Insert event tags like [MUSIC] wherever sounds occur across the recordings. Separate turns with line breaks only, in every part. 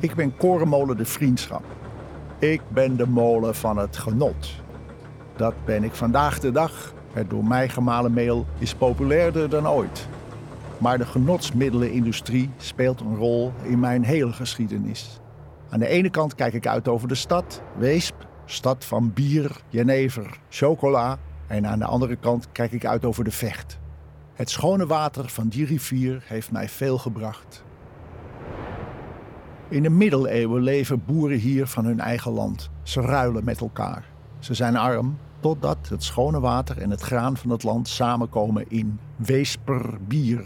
Ik ben Korenmolen de Vriendschap. Ik ben de molen van het genot. Dat ben ik vandaag de dag. Het door mij gemalen meel is populairder dan ooit. Maar de genotsmiddelenindustrie speelt een rol in mijn hele geschiedenis. Aan de ene kant kijk ik uit over de stad, Weesp, stad van bier, jenever, chocola. En aan de andere kant kijk ik uit over de vecht. Het schone water van die rivier heeft mij veel gebracht. In de middeleeuwen leven boeren hier van hun eigen land. Ze ruilen met elkaar. Ze zijn arm totdat het schone water en het graan van het land samenkomen in weesperbier.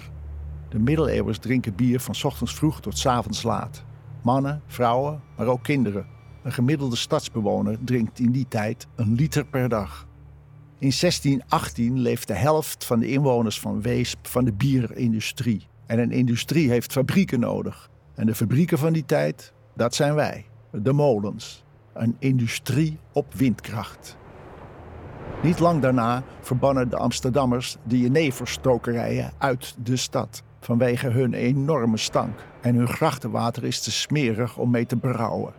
De middeleeuwers drinken bier van 's ochtends vroeg tot 's avonds laat. Mannen, vrouwen, maar ook kinderen. Een gemiddelde stadsbewoner drinkt in die tijd een liter per dag. In 1618 leeft de helft van de inwoners van Weesp van de bierindustrie. En een industrie heeft fabrieken nodig. En de fabrieken van die tijd, dat zijn wij, de molens. Een industrie op windkracht. Niet lang daarna verbannen de Amsterdammers de jeneverstokerijen uit de stad vanwege hun enorme stank en hun grachtenwater is te smerig om mee te brouwen.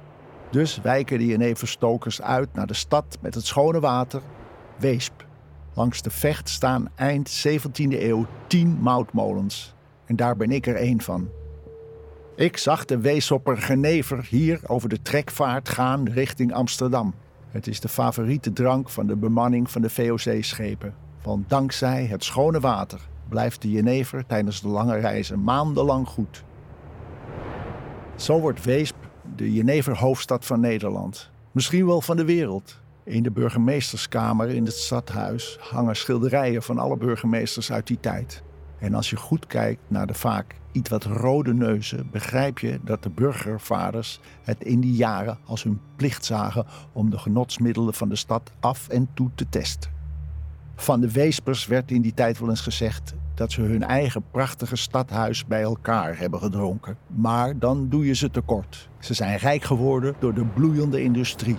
Dus wijken de jeneverstokers uit naar de stad met het schone water, Weesp. Langs de vecht staan eind 17e eeuw tien moutmolens. En daar ben ik er één van. Ik zag de Weesopper Genever hier over de trekvaart gaan richting Amsterdam. Het is de favoriete drank van de bemanning van de VOC-schepen. Want dankzij het schone water blijft de jenever tijdens de lange reizen maandenlang goed. Zo wordt Weesp de jeneverhoofdstad van Nederland. Misschien wel van de wereld. In de burgemeesterskamer in het stadhuis hangen schilderijen van alle burgemeesters uit die tijd. En als je goed kijkt naar de vaak iets wat rode neuzen, begrijp je dat de burgervaders het in die jaren als hun plicht zagen om de genotsmiddelen van de stad af en toe te testen. Van de Weespers werd in die tijd wel eens gezegd dat ze hun eigen prachtige stadhuis bij elkaar hebben gedronken. Maar dan doe je ze tekort. Ze zijn rijk geworden door de bloeiende industrie.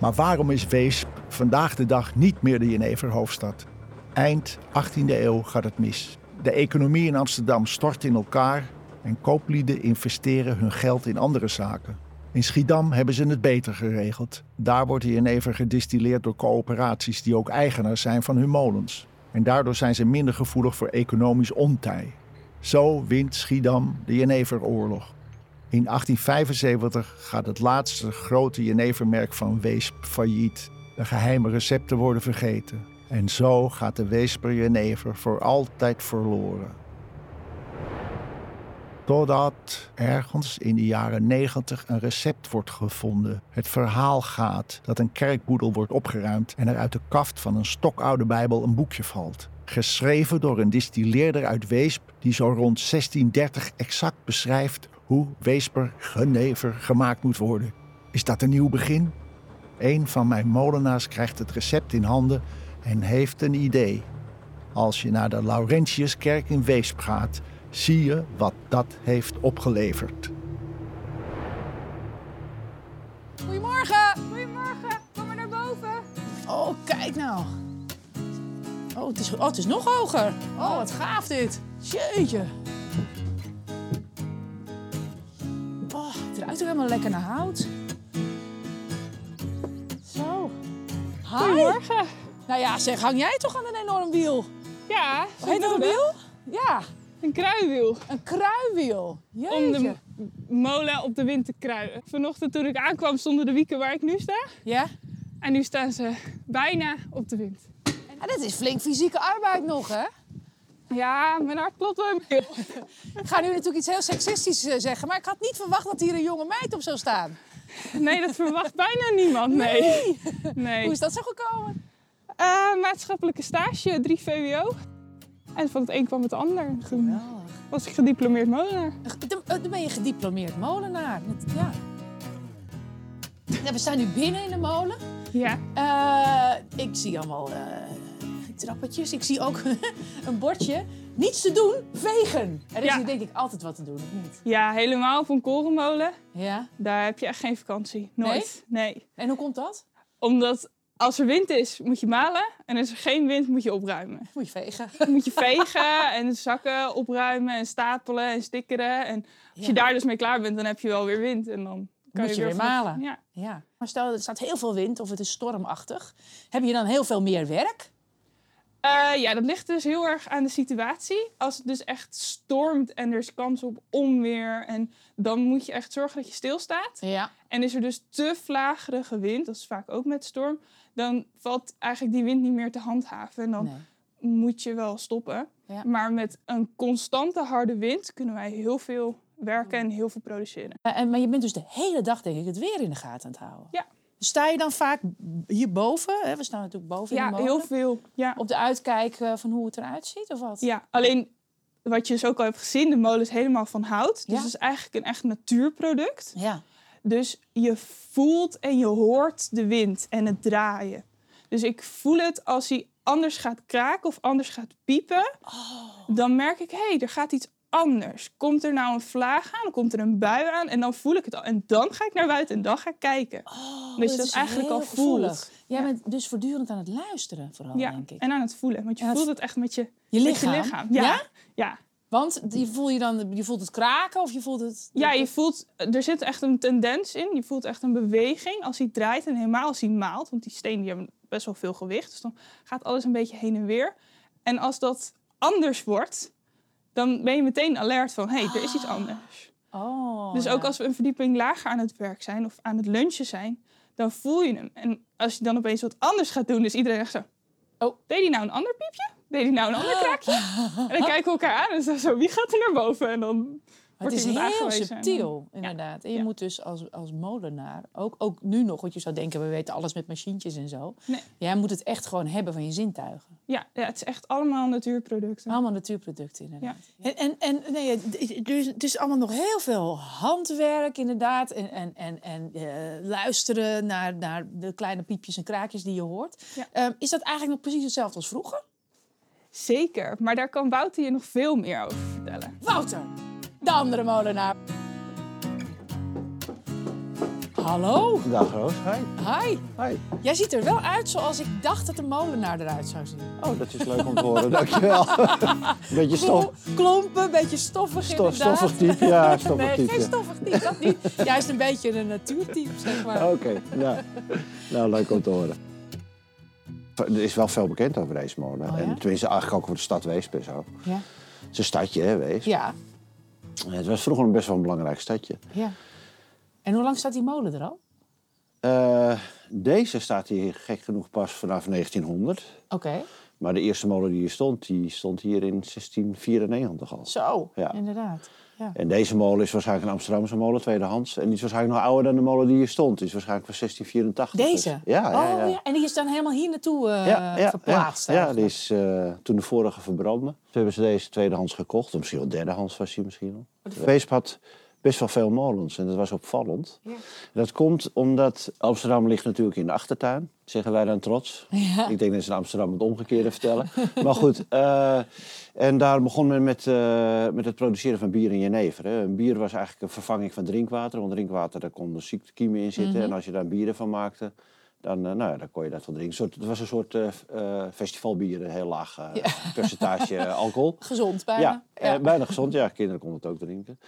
Maar waarom is Weesp vandaag de dag niet meer de Jeneverhoofdstad? Eind 18e eeuw gaat het mis. De economie in Amsterdam stort in elkaar en kooplieden investeren hun geld in andere zaken. In Schiedam hebben ze het beter geregeld. Daar wordt de jenever gedistilleerd door coöperaties die ook eigenaar zijn van hun molens. En daardoor zijn ze minder gevoelig voor economisch ontij. Zo wint Schiedam de Jeneveroorlog. In 1875 gaat het laatste grote jenevermerk van Weesp failliet. De geheime recepten worden vergeten. En zo gaat de Weesper jenever voor altijd verloren. Totdat ergens in de jaren 90 een recept wordt gevonden. Het verhaal gaat dat een kerkboedel wordt opgeruimd en er uit de kaft van een stokoude Bijbel een boekje valt. Geschreven door een distilleerder uit Weesp die zo rond 1630 exact beschrijft hoe Weesper genever gemaakt moet worden. Is dat een nieuw begin? Een van mijn molenaars krijgt het recept in handen en heeft een idee. Als je naar de Laurentiuskerk in Weesp gaat, zie je wat dat heeft opgeleverd.
Goedemorgen! Goedemorgen, kom maar naar boven.
Oh, kijk nou. Oh, het is, oh, het is nog hoger. Oh, wat gaaf dit. Jeetje. Oh, het ruikt ook helemaal lekker naar hout. Zo. Hi.
Goedemorgen.
Nou ja, zeg, hang jij toch aan een enorm wiel?
Ja, is
Heet dat een
nodig?
wiel? Ja,
Een kruiwiel.
een kruiwiel.
Om de
Jeetje.
m- molen op de wind te kruien. Vanochtend toen ik aankwam stonden de wieken waar ik nu sta.
Ja?
En nu staan ze bijna op de wind.
ja? Dat is flink fysieke arbeid nog, hè?
Ja, mijn hart klopt wel. heel.
Ik ga nu natuurlijk iets heel seksistisch eh, zeggen, maar ik had niet verwacht dat hier een jonge meid op zou staan.
Nee, dat verwacht bijna niemand. Nee. nee.
Hoe is dat zo gekomen?
Eh, maatschappelijke stage, 3 VWO. En van het een kwam het ander. Toen
Geweldig.
was ik gediplomeerd molenaar.
Dan eh, dan ben je gediplomeerd molenaar. Dat- Ja. Ja, we staan nu binnen in de molen.
Ja.
Eh, ik zie allemaal eh, trappetjes. Ik zie ook [LAUGHS] een bordje. Niets te doen, vegen. Er is
Ja.
hier denk ik altijd wat te doen, of niet?
ja, helemaal van korenmolen.
Ja.
Daar heb je echt geen vakantie. Nooit. Nee.
En hoe komt dat?
Omdat Als er wind is, moet je malen. En als er geen wind, moet je opruimen.
Moet je vegen.
Dan
[LAUGHS]
moet je vegen en zakken opruimen en stapelen en stikkeren. En als je
Ja.
daar dus mee klaar bent, dan heb je wel weer wind. En dan kan
Moet je weer
vanaf-
malen.
Ja.
Ja. Maar stel, er staat heel veel wind of het is stormachtig. Heb je dan heel veel meer werk?
Eh, ja, dat ligt dus heel erg aan de situatie. Als het dus echt stormt en er is kans op onweer... En dan moet je echt zorgen dat je stilstaat.
Ja.
En is er dus te vlagerige wind, dat is vaak ook met storm... dan valt eigenlijk die wind niet meer te handhaven. En dan
Nee.
moet je wel stoppen.
Ja.
Maar met een constante harde wind kunnen wij heel veel werken en heel veel produceren.
Eh, en, maar je bent dus de hele dag, denk ik, het weer in de gaten aan het houden. Dus
Ja.
Sta je dan vaak b- hierboven? Hè? We staan natuurlijk boven in
Ja,
de molen.
heel veel. Ja.
Op de uitkijk eh, van hoe het eruit ziet, of wat?
ja, alleen wat je dus ook al hebt gezien, de molen is helemaal van hout. Dus
Ja.
het is eigenlijk een echt natuurproduct.
Ja.
Dus je voelt en je hoort de wind en het draaien. Dus ik voel het als hij anders gaat kraken of anders gaat piepen.
Oh.
Dan merk ik, hé, hey, er gaat iets anders. Komt er nou een vlaag aan, komt er een bui aan en dan voel ik het al. En dan ga ik naar buiten en dan ga ik kijken.
Oh,
je dat
is
eigenlijk al
heel gevoelig.
voelt.
Jij
Ja.
bent dus voortdurend aan het luisteren, vooral,
ja,
denk ik.
en aan het voelen. Want je
En het-
voelt het echt met je,
Je
met
lichaam?
je lichaam. Ja,
Ja?
ja? Ja.
Want je, voel je, dan, je voelt het kraken of je voelt het...
je voelt, eh, er zit echt een tendens in. Je voelt echt een beweging als hij draait en helemaal als hij maalt. Want die stenen die hebben best wel veel gewicht. Dus dan gaat alles een beetje heen en weer. En als dat anders wordt, dan ben je meteen alert van... hé, hey, er is iets anders.
Oh,
dus ook
Ah, ja.
als we een verdieping lager aan het werk zijn of aan het lunchen zijn... dan voel je hem. En als je dan opeens wat anders gaat doen, dus iedereen echt zo...
Oh. Ah.
deed hij nou een ander piepje? Deed hij nou een ander kraakje? En dan kijken we elkaar aan en zeggen zo, wie gaat er naar boven? En dan
Maar
wordt
het is
iemand
heel
aangewezen.
subtiel, inderdaad. En je
Ja.
moet dus als, als molenaar, ook, ook nu nog, want je zou denken, we weten alles met machientjes en zo.
Nee.
Jij moet het echt gewoon hebben van je zintuigen.
Ja, ja, het is echt allemaal natuurproducten.
Allemaal natuurproducten, inderdaad. En, en, en nee, het- dus het is allemaal nog heel veel handwerk, inderdaad. En, en, en, en eh, luisteren naar, naar de kleine piepjes en kraakjes die je hoort.
Ja.
Ehm, is dat eigenlijk nog precies hetzelfde als vroeger?
Zeker, maar daar kan Wouter je nog veel meer over vertellen.
Wouter, de andere molenaar. Hallo,
Dag Roos. Hi.
hi.
Hi.
Jij ziet er wel uit zoals ik dacht dat de molenaar eruit zou zien.
Oh, dat is leuk om te horen. Dankjewel. Beetje stof,
Klo- Klompen, beetje stoffig
stof,
inderdaad.
stoffig type. Ja, stoffig
nee,
type.
geen stoffig type, dat niet. Juist een beetje een natuurtype, zeg maar.
Oké, nou. nou, leuk om te horen. Er is wel veel bekend over deze molen.
Oh, ja?
en tenminste, eigenlijk ook over de stad Weesp en zo.
Ja.
Het is een stadje, hè, Weesp.
ja,
Het was vroeger een best wel een belangrijk stadje.
ja. En hoe lang staat die molen er al?
Eh, deze staat hier gek genoeg pas vanaf 1900.
Oké,
Maar de eerste molen die hier stond, die stond hier in 1694 al.
zo,
Ja.
inderdaad. Ja.
En deze molen is waarschijnlijk een Amsterdamse molen, tweedehands. En die is waarschijnlijk nog ouder dan de molen die hier stond. Die is waarschijnlijk van 1684.
Deze?
Dus- ja, ja,
Oh,
ja.
ja. En die is dan helemaal hier naartoe eh,
Ja, ja,
verplaatst.
Ja, ja
eigenlijk.
die is eh, toen de vorige verbrandde. Toen hebben ze deze tweedehands gekocht. Of misschien wel derdehands was hij misschien al. Weesp had best wel veel molens en dat was opvallend. Dat komt omdat Amsterdam ligt natuurlijk in de achtertuin. Zeggen wij dan trots. [LAUGHS] Ik denk dat ze in Amsterdam het omgekeerde vertellen. maar goed, eh, en daar begon men met, eh, met het produceren van bier en jenever. Hè. Een bier was eigenlijk een vervanging van drinkwater. Want drinkwater, daar konden ziektekiemen in zitten. En als je daar bieren van maakte, dan, eh, nou ja, dan kon je dat wel drinken. Een soort- Het was een soort eh, f- eh, festivalbier, een heel laag eh, percentage alcohol.
Gezond bijna.
Ja, eh, bijna gezond. Ja, kinderen konden het ook drinken.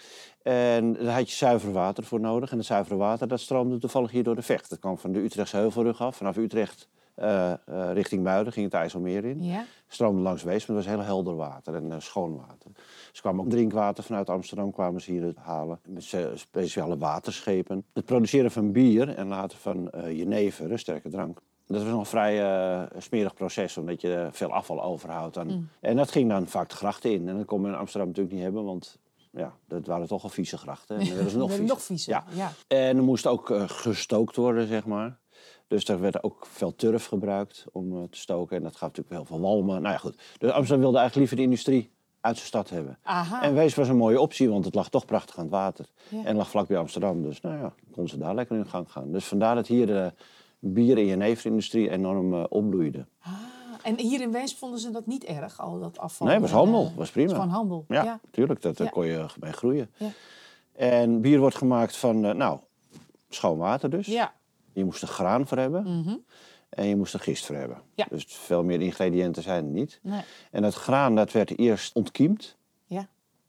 En daar had je zuiver water voor nodig. En het zuivere water, dat stroomde toevallig hier door de vecht. Dat kwam van de Utrechtse Heuvelrug af. Vanaf Utrecht eh, eh, richting Muiden ging het IJsselmeer in.
ja.
Stroomde langs Weesp, maar het was heel helder water en eh, schoon water. Ze kwamen ook drinkwater vanuit Amsterdam kwamen ze hier halen. Met ze- speciale waterschepen. Het produceren van bier en later van eh jenever, een sterke drank. Dat was nog een vrij eh, smerig proces, omdat je eh, veel afval overhoudt. aan- En dat ging dan vaak de grachten in. En dat kon men in Amsterdam natuurlijk niet hebben, want ja, dat waren toch al vieze grachten. En dat was nog
Nog
viezer.
viezer. Nog viezer.
Ja.
ja.
En er moest ook eh, gestookt worden, zeg maar. Dus daar werd ook veel turf gebruikt om eh, te stoken. En dat gaf natuurlijk heel veel walmen. Nou ja, goed. Dus Amsterdam wilde eigenlijk liever de industrie uit zijn stad hebben.
Aha.
En Wees was een mooie optie, want het lag toch prachtig aan het water.
Ah. Ja.
En lag vlakbij Amsterdam. Dus nou ja, kon ze daar lekker in gang gaan. Dus vandaar dat hier de bier- en jeneverindustrie enorm eh, opbloeide.
Ah, en hier in Weesp vonden ze dat niet erg, al dat afval.
Nee, was
en,
handel.
eh,
Was prima.
was gewoon handel.
Ja,
Ja.
tuurlijk. Dat, daar
Ja.
kon je mee groeien.
Ja.
En bier wordt gemaakt van, eh, nou, schoon water dus.
Ja.
Je moest er graan voor hebben. En je moest er gist voor hebben.
Mhm. Ja.
Dus veel meer ingrediënten zijn er niet.
Nee.
En dat graan dat werd eerst ontkiemd.
Ja.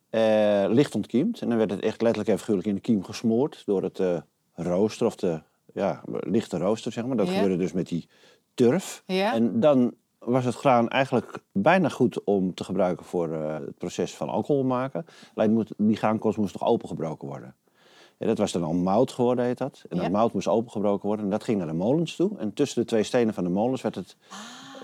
Eh, licht ontkiemd. En dan werd het echt letterlijk en figuurlijk in de kiem gesmoord. Door het eh rooster of de ja, lichte rooster, zeg maar. Dat
Ja.
gebeurde dus met die turf.
Ja.
En dan was het graan eigenlijk bijna goed om te gebruiken voor eh, het proces van alcohol maken. Alleen moet, die graankorst moest nog opengebroken worden. En dat was dan al mout geworden, heet dat. En
Ja.
dat mout moest opengebroken worden. En dat ging naar de molens toe. En tussen de twee stenen van de molens werd het,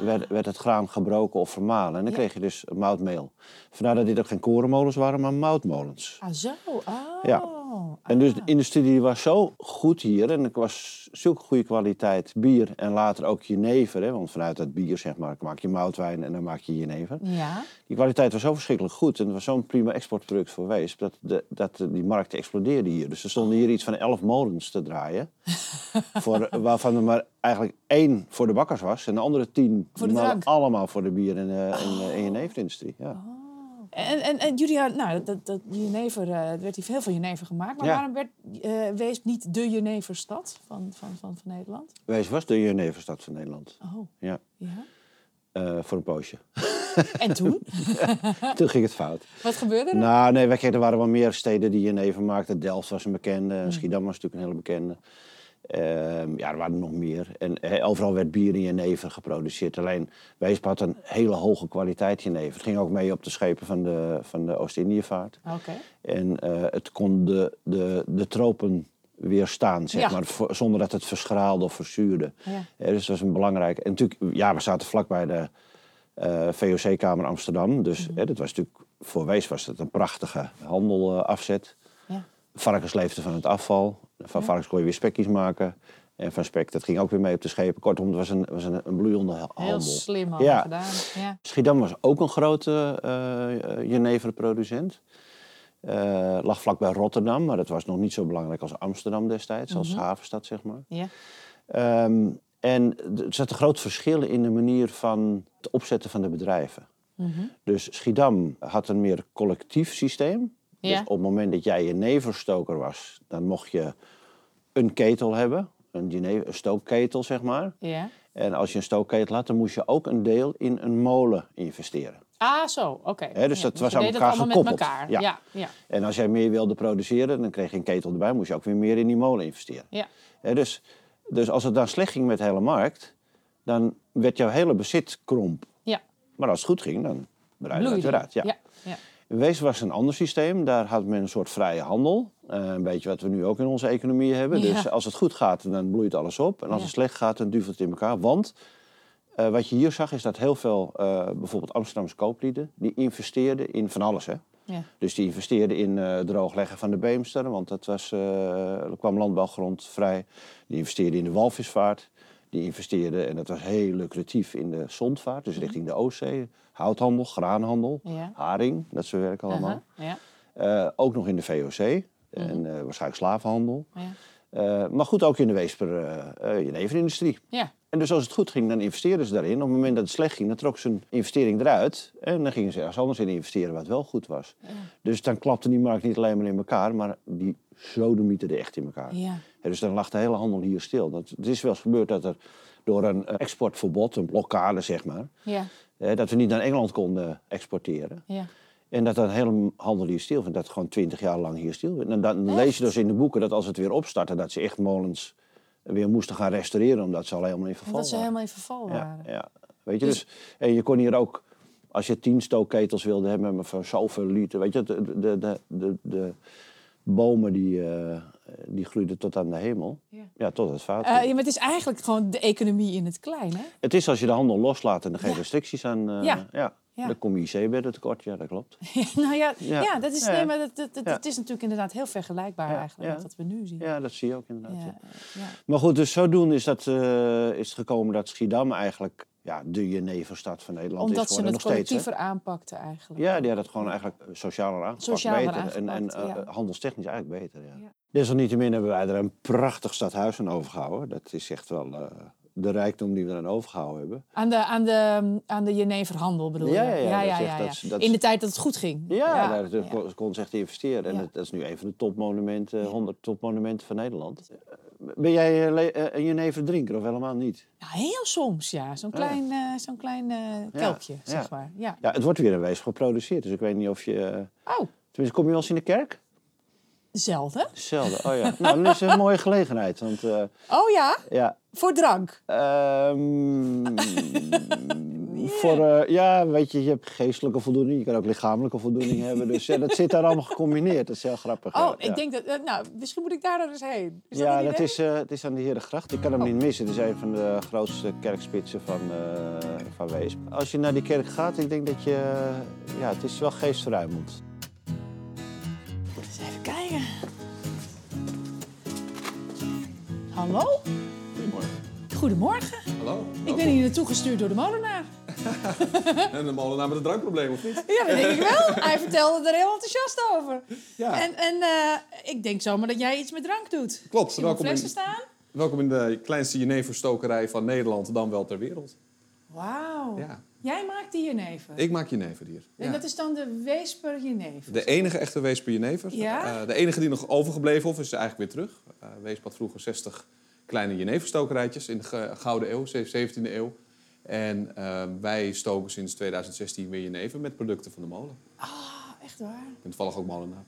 werd, werd het graan gebroken of vermalen. En dan
Ah. Ja.
kreeg je dus moutmeel. Vandaar dat dit ook geen korenmolens waren, maar moutmolens.
Ah, zo. Oh.
Ja. En dus de
Ah.
industrie die was zo goed hier en er was zulke goede kwaliteit bier en later ook jenever. Hè, want vanuit dat bier zeg maar, maak je moutwijn en dan maak je jenever.
Ja.
Die kwaliteit was zo verschrikkelijk goed en het was zo'n prima exportproduct voor Weesp dat, de, dat de- die markt explodeerde hier. Dus er stonden hier iets van elf molens te
[LAUGHS]
draaien, voor, waarvan er maar eigenlijk één voor de bakkers was en de andere tien
Voor de
maar
drank. Oh.
allemaal voor de bier- en, eh en, eh, en jeneverindustrie. Ja.
En, en, en jullie hadden, nou, dat, dat jenever, eh, er werd hier veel van jenever gemaakt. Maar
Ja.
waarom werd eh Weesp niet de jeneverstad van, van, van, van Nederland?
Weesp was de jeneverstad van Nederland,
Oh,
ja,
ja.
eh, voor een poosje.
En
[LAUGHS]
toen?
Toen ging het fout.
Wat gebeurde er?
Nou, nee, wij- kijk, er waren wel meer steden die jenever maakten. Delft was een bekende, en Schiedam was natuurlijk een hele bekende. Ehm, ja, er waren er nog meer. En eh, overal werd bier in jenever geproduceerd. Alleen Weesp had een hele hoge kwaliteit jenever. Het ging ook mee op de schepen van de, van de Oost-Indiëvaart.
Oké.
En eh, het kon de, de, de tropen weerstaan, zeg
Ja.
maar, voor- zonder dat het verschraalde of verzuurde.
Ja.
Eh, dus dat was een belangrijk. En natuurlijk, ja, we zaten vlakbij de eh, VOC-kamer Amsterdam. Dus eh, dat was natuurlijk, voor Wees was het een prachtige handelafzet.
Ja.
Varkens leefden van het afval. Van varkens kon je weer spekjes maken. En van spek, dat ging ook weer mee op de schepen. Kortom, het was een, was een, een bloeiende ha-
Heel
handel.
slim hadden
Ja.
gedaan. Ja.
Schiedam was ook een grote eh, eh jeneverproducent. Eh lag vlakbij Rotterdam, maar dat was nog niet zo belangrijk als Amsterdam destijds, als havenstad, zeg maar.
Ja.
Ehm, en d- er zat een groot verschil in de manier van het opzetten van de bedrijven. Dus Schiedam had een meer collectief systeem. Dus
Ja.
op het moment dat jij jeneverstoker was, dan mocht je een ketel hebben. Een, jene- een stookketel, zeg maar.
ja.
En als je een stookketel had, dan moest je ook een deel in een molen investeren.
Ah, zo. Oké.
Hè, dus
Ja,
dat was
we
aan
deden
elkaar
het allemaal
gekoppeld.
met elkaar.
Ja.
Ja. Ja.
En als jij meer wilde produceren, dan kreeg je een ketel erbij, moest je ook weer meer in die molen investeren.
Ja.
Hè, dus, dus als het dan slecht ging met de hele markt, dan werd jouw hele bezit kromp.
Ja.
Maar als het goed ging, dan breidde het
Bloeide.
weer uit. Ja.
Ja. Ja.
In wezen was het een ander systeem. Daar had men een soort vrije handel. Eh, een beetje wat we nu ook in onze economie hebben.
Ja.
Dus als het goed gaat, dan bloeit alles op. En als
Ja.
het slecht gaat, dan duvelt het in elkaar. Want eh, wat je hier zag, is dat heel veel, eh, bijvoorbeeld Amsterdamse kooplieden, die investeerden in van alles. Hè?
Ja.
Dus die investeerden in eh droogleggen van de Beemster, want dat was, eh, er kwam landbouwgrond vrij. Die investeerden in de walvisvaart. Die investeerden, en dat was heel lucratief, in de zondvaart, dus richting de Oostzee. Houthandel, graanhandel,
Mhm. Ja.
haring, dat soort werk allemaal.
Aha. Mhm. Ja.
Eh, ook nog in de VOC en eh, waarschijnlijk slavenhandel.
Ja.
Eh, maar goed, ook in de Weesper, eh, eh, jeneverindustrie.
Ja.
En dus als het goed ging, dan investeerden ze daarin. Op het moment dat het slecht ging, dan trok ze hun investering eruit. En dan gingen ze ergens anders in investeren wat wel goed was. Dus dan klapte die markt niet alleen maar in elkaar, maar die sodemieten er echt in elkaar.
Ja.
En dus dan lag de hele handel hier stil. Dat, het is wel eens gebeurd dat er door een eh, exportverbod, een blokkade zeg maar,
Ja.
eh, dat we niet naar Engeland konden eh, exporteren.
Ja.
En dat dan hele handel hier stil vindt, dat het gewoon twintig jaar lang hier stil vindt. En dan lees je dus in de boeken dat als het weer opstartte, dat ze echt molens weer moesten gaan restaureren, omdat ze al helemaal in verval
Omdat ze
waren.
helemaal in verval
Ja,
waren.
ja. Weet je, dus, en je kon hier ook, als je tien stookketels wilde hebben maar van zoveel liter, weet je, de, de, de, de, de bomen die, eh, die groeiden tot aan de hemel.
Ja.
Ja, tot het vaat.
Eh, ja, maar het is eigenlijk gewoon de economie in het klein, hè? [LAUGHS]
Het is als je de handel loslaat en er geen
Ja.
restricties aan, eh,
Ja.
ja.
Ja.
dan kom je IC-bedden tekort. Ja, dat klopt.
Ja, nou ja, ja.
Ja.
dat is,
Ja.
nee, maar dat, dat, dat,
Ja.
dat is natuurlijk inderdaad heel vergelijkbaar
Ja,
eigenlijk
ja.
met wat we nu zien.
Ja, dat zie je ook inderdaad. ja.
Ja, ja.
Maar goed, dus zodoende is, dat, eh, is het gekomen dat Schiedam eigenlijk ja, de jeneverstad van Nederland
Omdat
is
ze
geworden.
het
nog steeds, hè.
collectiever aanpakten eigenlijk.
Ja, die had het gewoon eigenlijk eh, socialer aangepakt.
Socialer
beter en, en
aangepakt,
eh,
ja.
handelstechnisch eigenlijk beter. Ja.
Ja.
Desalniettemin hebben wij er een prachtig stadhuis aan overgehouden. Dat is echt wel eh, de rijkdom die we eraan overgehouden hebben.
Aan de, aan de, aan de Jeneverhandel bedoel je?
Ja, ja, ja, dat is echt- dat is- dat is-
In de tijd dat het goed ging.
Ja, daar
ja.
kon- kon ze echt investeren. En
Ja.
dat, dat is nu een van de topmonumenten, 100 topmonumenten van Nederland. Eh, Ben jij eh, le- eh, een jenever drinker of helemaal niet?
Ja, Nou, heel soms, ja. Zo'n
Oh, ja.
klein, eh zo'n klein eh, kelkje, zeg maar. Ja.
Ja, het wordt weer in wezen geproduceerd, dus ik weet niet of je... eh,
Oh,
Tenminste, kom je wel eens in de kerk?
zelden.
Zelden, oh ja. [LAUGHS] Nou, dat is een mooie gelegenheid, want eh,
Oh ja,
ja...
voor drank.
ehm,
[LAUGHS]
Voor, eh, ja, weet je, je hebt geestelijke voldoening, je kan ook lichamelijke
[LAUGHS]
voldoening hebben. Dus ja, dat zit daar allemaal gecombineerd, dat is heel grappig. ja,
Oh,
ja.
ik denk dat... eh, nou, misschien moet ik daar dan eens heen. Is
ja,
dat, een
dat
idee?
is, eh, het is aan de Herengracht. Ik kan hem
Oh.
niet missen. Het is een van de grootste kerkspitsen van, eh, van Weesp. Als je naar die kerk gaat, ik denk dat je... eh, Ja, het is wel geestverruimend.
Eens even kijken. Hallo? Goedemorgen.
Hallo.
Ik ben hier naartoe gestuurd door de molenaar.
En de molenaar met een drankprobleem, of niet?
Ja, dat denk ik
[LAUGHS]
wel. Hij vertelde er heel enthousiast over.
Ja,
En, en eh, ik denk zomaar dat jij iets met drank doet.
klopt.
Zie je
Welkom in,
flessen staan?
welkom in de kleinste jeneverstokerij van Nederland, dan wel ter wereld.
Wauw.
Ja.
Jij maakt die jenever.
Ik maak jenever hier.
Oh. En dat is dan de weesper jenever.
De enige echte weesper jenever.
Ja?
Eh, de enige die nog overgebleven of is eigenlijk weer terug. Eh Weesp had vroeger 60 kleine jeneverstokerijtjes in de ge- Gouden Eeuw, ze- 17e eeuw. En eh, wij stoken sinds 2016 weer jenever met producten van de molen.
Ah, echt waar.
Ik ben toevallig ook molenaar.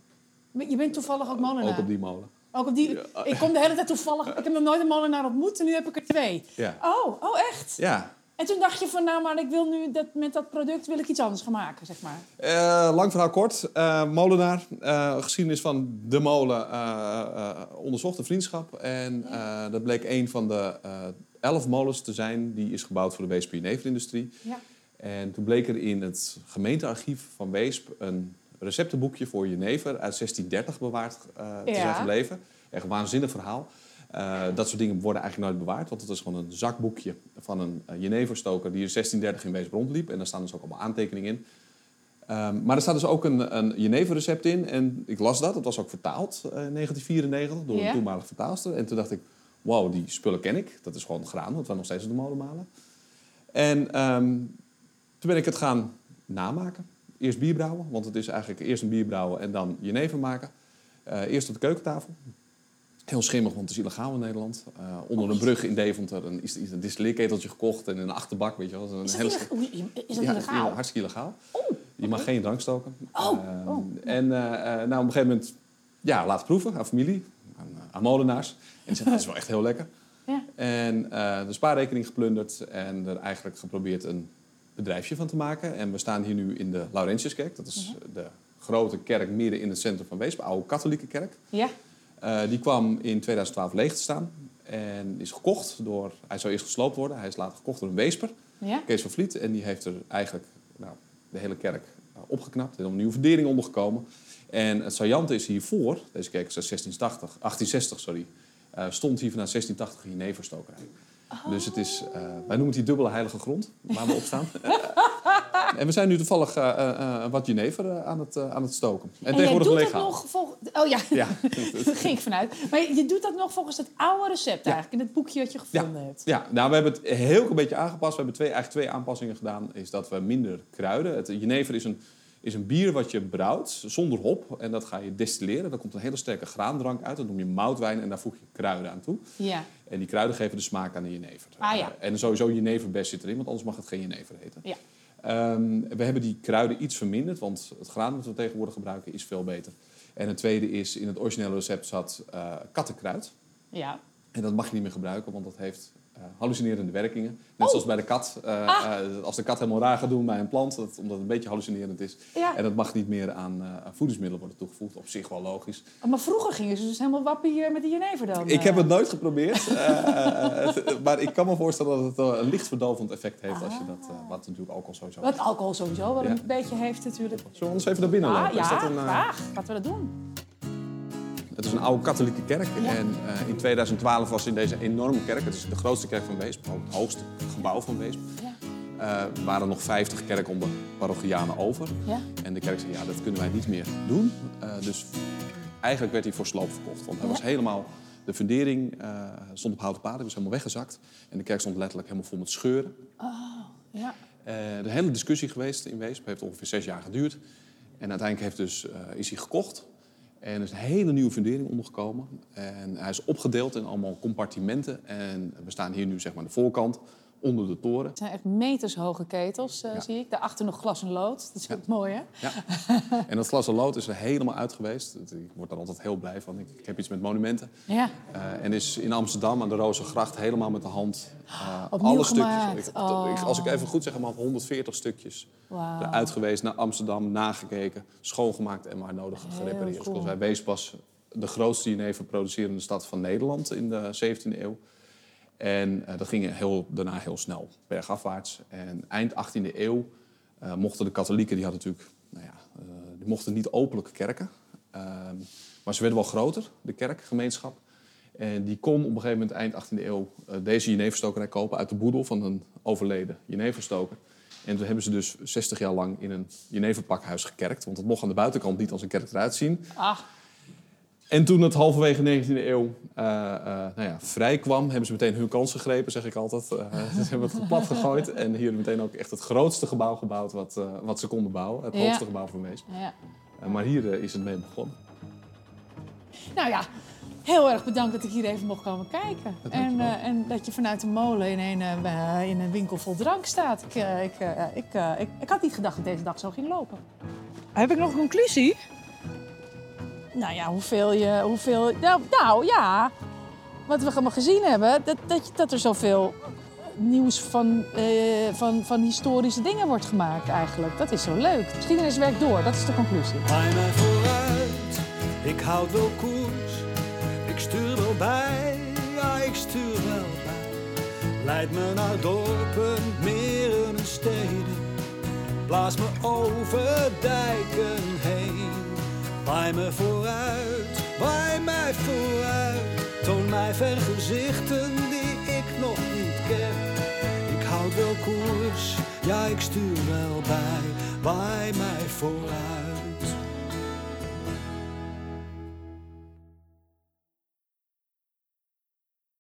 Je bent toevallig ook molenaar.
Ook op die molen.
Ook op die-
Ja. ah.
Ik kom de hele tijd toevallig... Ik heb nog nooit een molenaar ontmoet en nu heb ik er twee.
Ja.
Oh, oh echt?
Ja,
En toen dacht je van, nou, maar ik wil nu dat, met dat product wil ik iets anders gaan maken, zeg maar.
Eh, lang verhaal kort. Eh, molenaar, eh, geschiedenis van de molen, eh eh, onderzochte vriendschap. En eh, dat bleek een van de eh, elf molens te zijn die is gebouwd voor de Weesp jeneverindustrie.
Ja.
En toen bleek er in het gemeentearchief van Weesp een receptenboekje voor jenever uit 1630 bewaard eh, te
Ja.
zijn gebleven. Echt een waanzinnig verhaal. Eh, dat soort dingen worden eigenlijk nooit bewaard, want het is gewoon een zakboekje van een eh, jeneverstoker die in 1630 in Weesp rondliep. En daar staan dus ook allemaal aantekeningen in. Ehm, maar er staat dus ook een, een jeneverrecept in. En ik las dat, dat was ook vertaald eh, in 1994 door
Ja.
een toenmalig vertaalster. En toen dacht ik, wauw, die spullen ken ik. Dat is gewoon graan, want wij nog steeds op de molen malen. En ehm, toen ben ik het gaan namaken. Eerst bier brouwen, want het is eigenlijk eerst een bier brouwen en dan jenever maken. Eh, eerst op de keukentafel. Heel schimmig, want het is illegaal in Nederland. Eh, onder een
Oh.
brug in Deventer een, is, is een distilleerketeltje gekocht en in een achterbak, weet je wel. Een
Is dat,
hele-
ille- Oei, is dat
ja,
illegaal?
hartstikke illegaal. je mag geen drank stoken.
Oh,
Ehm,
oh.
En eh, eh, nou, op een gegeven moment ja, laat proeven aan familie, aan, eh, aan molenaars. En ze zeggen, dat is wel echt heel lekker.
Ja.
En eh, de spaarrekening geplunderd en er eigenlijk geprobeerd een bedrijfje van te maken. En we staan hier nu in de Laurentiuskerk. Dat is
Mhm.
de grote kerk midden in het centrum van Weesp, oude katholieke kerk.
Ja.
Eh, die kwam in 2012 leeg te staan en is gekocht door... Hij zou eerst gesloopt worden, hij is later gekocht door een weesper.
Ja.
Kees van Vliet. En die heeft er eigenlijk nou, de hele kerk eh, opgeknapt. Er is een nieuwe verdering ondergekomen. En het saillante is hiervoor, deze kerk is uit 1680, 1860, sorry, eh, stond hier vanuit 1680 een jeneverstokerij.
Oh.
Dus het is, eh, wij noemen het die dubbele heilige grond, waar we op
[LAUGHS]
staan. en we zijn nu toevallig eh, eh, eh, wat jenever eh, aan, het, eh, aan het stoken. En,
En, jij doet
tegenwoordig
dat
legaal.
nog volgens... Oh ja, [LAUGHS]
Ja.
daar ging ik vanuit. Maar je doet dat nog volgens het oude recept eigenlijk, in het boekje dat je gevonden hebt.
Ja, nou, we hebben het heel klein beetje aangepast. We hebben twee, eigenlijk twee aanpassingen gedaan. Is dat we minder kruiden. Het jenever is een, is een bier wat je brouwt zonder hop. En dat ga je destilleren. Daar komt een hele sterke graandrank uit. Dat noem je moutwijn en daar voeg je kruiden aan toe.
Ja.
En die kruiden geven de smaak aan de jenever.
Ah, ja.
Eh, En sowieso jeneverbest zit erin, want anders mag het geen jenever heten.
Ja.
Ehm, we hebben die kruiden iets verminderd, want het graan dat we tegenwoordig gebruiken is veel beter. En het tweede is, in het originele recept zat eh, kattenkruid.
Ja.
En dat mag je niet meer gebruiken, want dat heeft eh, hallucinerende werkingen.
Oh.
Net zoals bij de kat. eh,
Ah.
eh, als de kat helemaal raar gaat doen bij een plant, dat, omdat het een beetje hallucinerend is.
Ja.
En dat mag niet meer aan, eh, aan voedingsmiddelen worden toegevoegd. Op zich wel logisch.
Maar vroeger gingen ze dus helemaal wappie eh, met die jenever dan.
Ik
eh.
heb het nooit geprobeerd. eh, [LAUGHS] eh, eh, maar ik kan me voorstellen dat het wel een licht verdovend effect heeft als je dat... eh, wat natuurlijk alcohol sowieso
Ah. Wat alcohol sowieso wel
Ja.
een beetje heeft natuurlijk.
Zullen we anders even naar binnen
Ah,
lopen? Is
ja,
dat een, eh,
graag. Laten we dat doen.
Het is een oude katholieke kerk. En eh, in 2012 was in deze enorme kerk, het is de grootste kerk van Weesp, ook het hoogste gebouw van Weesp,
Ja.
eh, waren nog 50 kerken onder parochianen over.
Ja.
En de kerk zei, ja, dat kunnen wij niet meer doen. Eh, dus eigenlijk werd hij voor sloop verkocht. Want hij was helemaal, de fundering eh, stond op houten paden, was helemaal weggezakt. En de kerk stond letterlijk helemaal vol met scheuren.
Ja.
Eh, er is een hele discussie geweest in Weesp. heeft ongeveer zes jaar geduurd. En uiteindelijk heeft dus, eh, is hij gekocht. En er is een hele nieuwe fundering ondergekomen. En hij is opgedeeld in allemaal compartimenten. En we staan hier nu zeg maar aan de voorkant, onder de toren.
Het zijn echt metershoge ketels, eh,
Ja.
zie ik. Daarachter nog glas en lood. Dat is ook mooi, hè?
Ja. En dat glas en lood is er helemaal uit geweest. Dat- Ik word daar altijd heel blij van. Ik, ik heb iets met monumenten.
Ja.
Eh, en is in Amsterdam aan de Rozengracht helemaal met de hand eh,
Opnieuw
alle
gemaakt. Oh.
stukjes. Ik, dat- ik- als ik even goed zeg, maar 140 stukjes
Wauw.
eruit geweest naar Amsterdam, nagekeken, schoongemaakt en waar nodig gerepareerd.
cool.
Zoals wij Weespas de grootste jenever producerende stad van Nederland in de 17e eeuw. En eh, dat ging heel, daarna heel snel, bergafwaarts. En eind 18e eeuw eh, mochten de katholieken, die hadden natuurlijk, nou ja, eh, die mochten niet openlijk kerken. Ehm, maar ze werden wel groter, de kerkgemeenschap. En die kon op een gegeven moment eind 18e eeuw eh, deze jeneverstokerij kopen uit de boedel van een overleden jeneverstoker. En toen hebben ze dus 60 jaar lang in een jeneverpakhuis gekerkt. Want dat mocht aan de buitenkant niet als een kerk eruit zien.
Ah,
En toen het halverwege 19e eeuw eh, eh, nou ja, vrij kwam, hebben ze meteen hun kans gegrepen, zeg ik altijd. Eh, [LAUGHS] ze hebben het plat gegooid en hier meteen ook echt het grootste gebouw gebouwd wat, eh, wat ze konden bouwen. Het
Ja.
hoogste gebouw van Weesp.
ja.
Eh, maar hier eh, is het mee begonnen.
Nou ja, heel erg bedankt dat ik hier even mocht komen kijken. En,
dankjewel.
eh, en dat je vanuit de molen in een, eh, eh, in een winkel vol drank staat. Ik, eh, ik, eh, ik, eh, ik, ik had niet gedacht dat deze dag zo ging lopen.
Heb ik nog een conclusie?
Nou ja, hoeveel je. Hoeveel, nou, nou ja, wat we allemaal gezien hebben, dat, dat, je- dat er zoveel nieuws van, eh, van, van historische dingen wordt gemaakt eigenlijk. Dat is zo leuk. Geschiedenis werkt door, dat is de conclusie.
Hij mij vooruit, ik houd wel koers. Ik stuur wel bij, ja ik stuur wel bij. Leid me naar dorpen, meren en steden. Blaas me over dijken heen. Waai me vooruit, waai mij vooruit. Toon mij vergezichten die ik nog niet ken. Ik houd wel koers, ja ik stuur wel bij. Waai mij vooruit.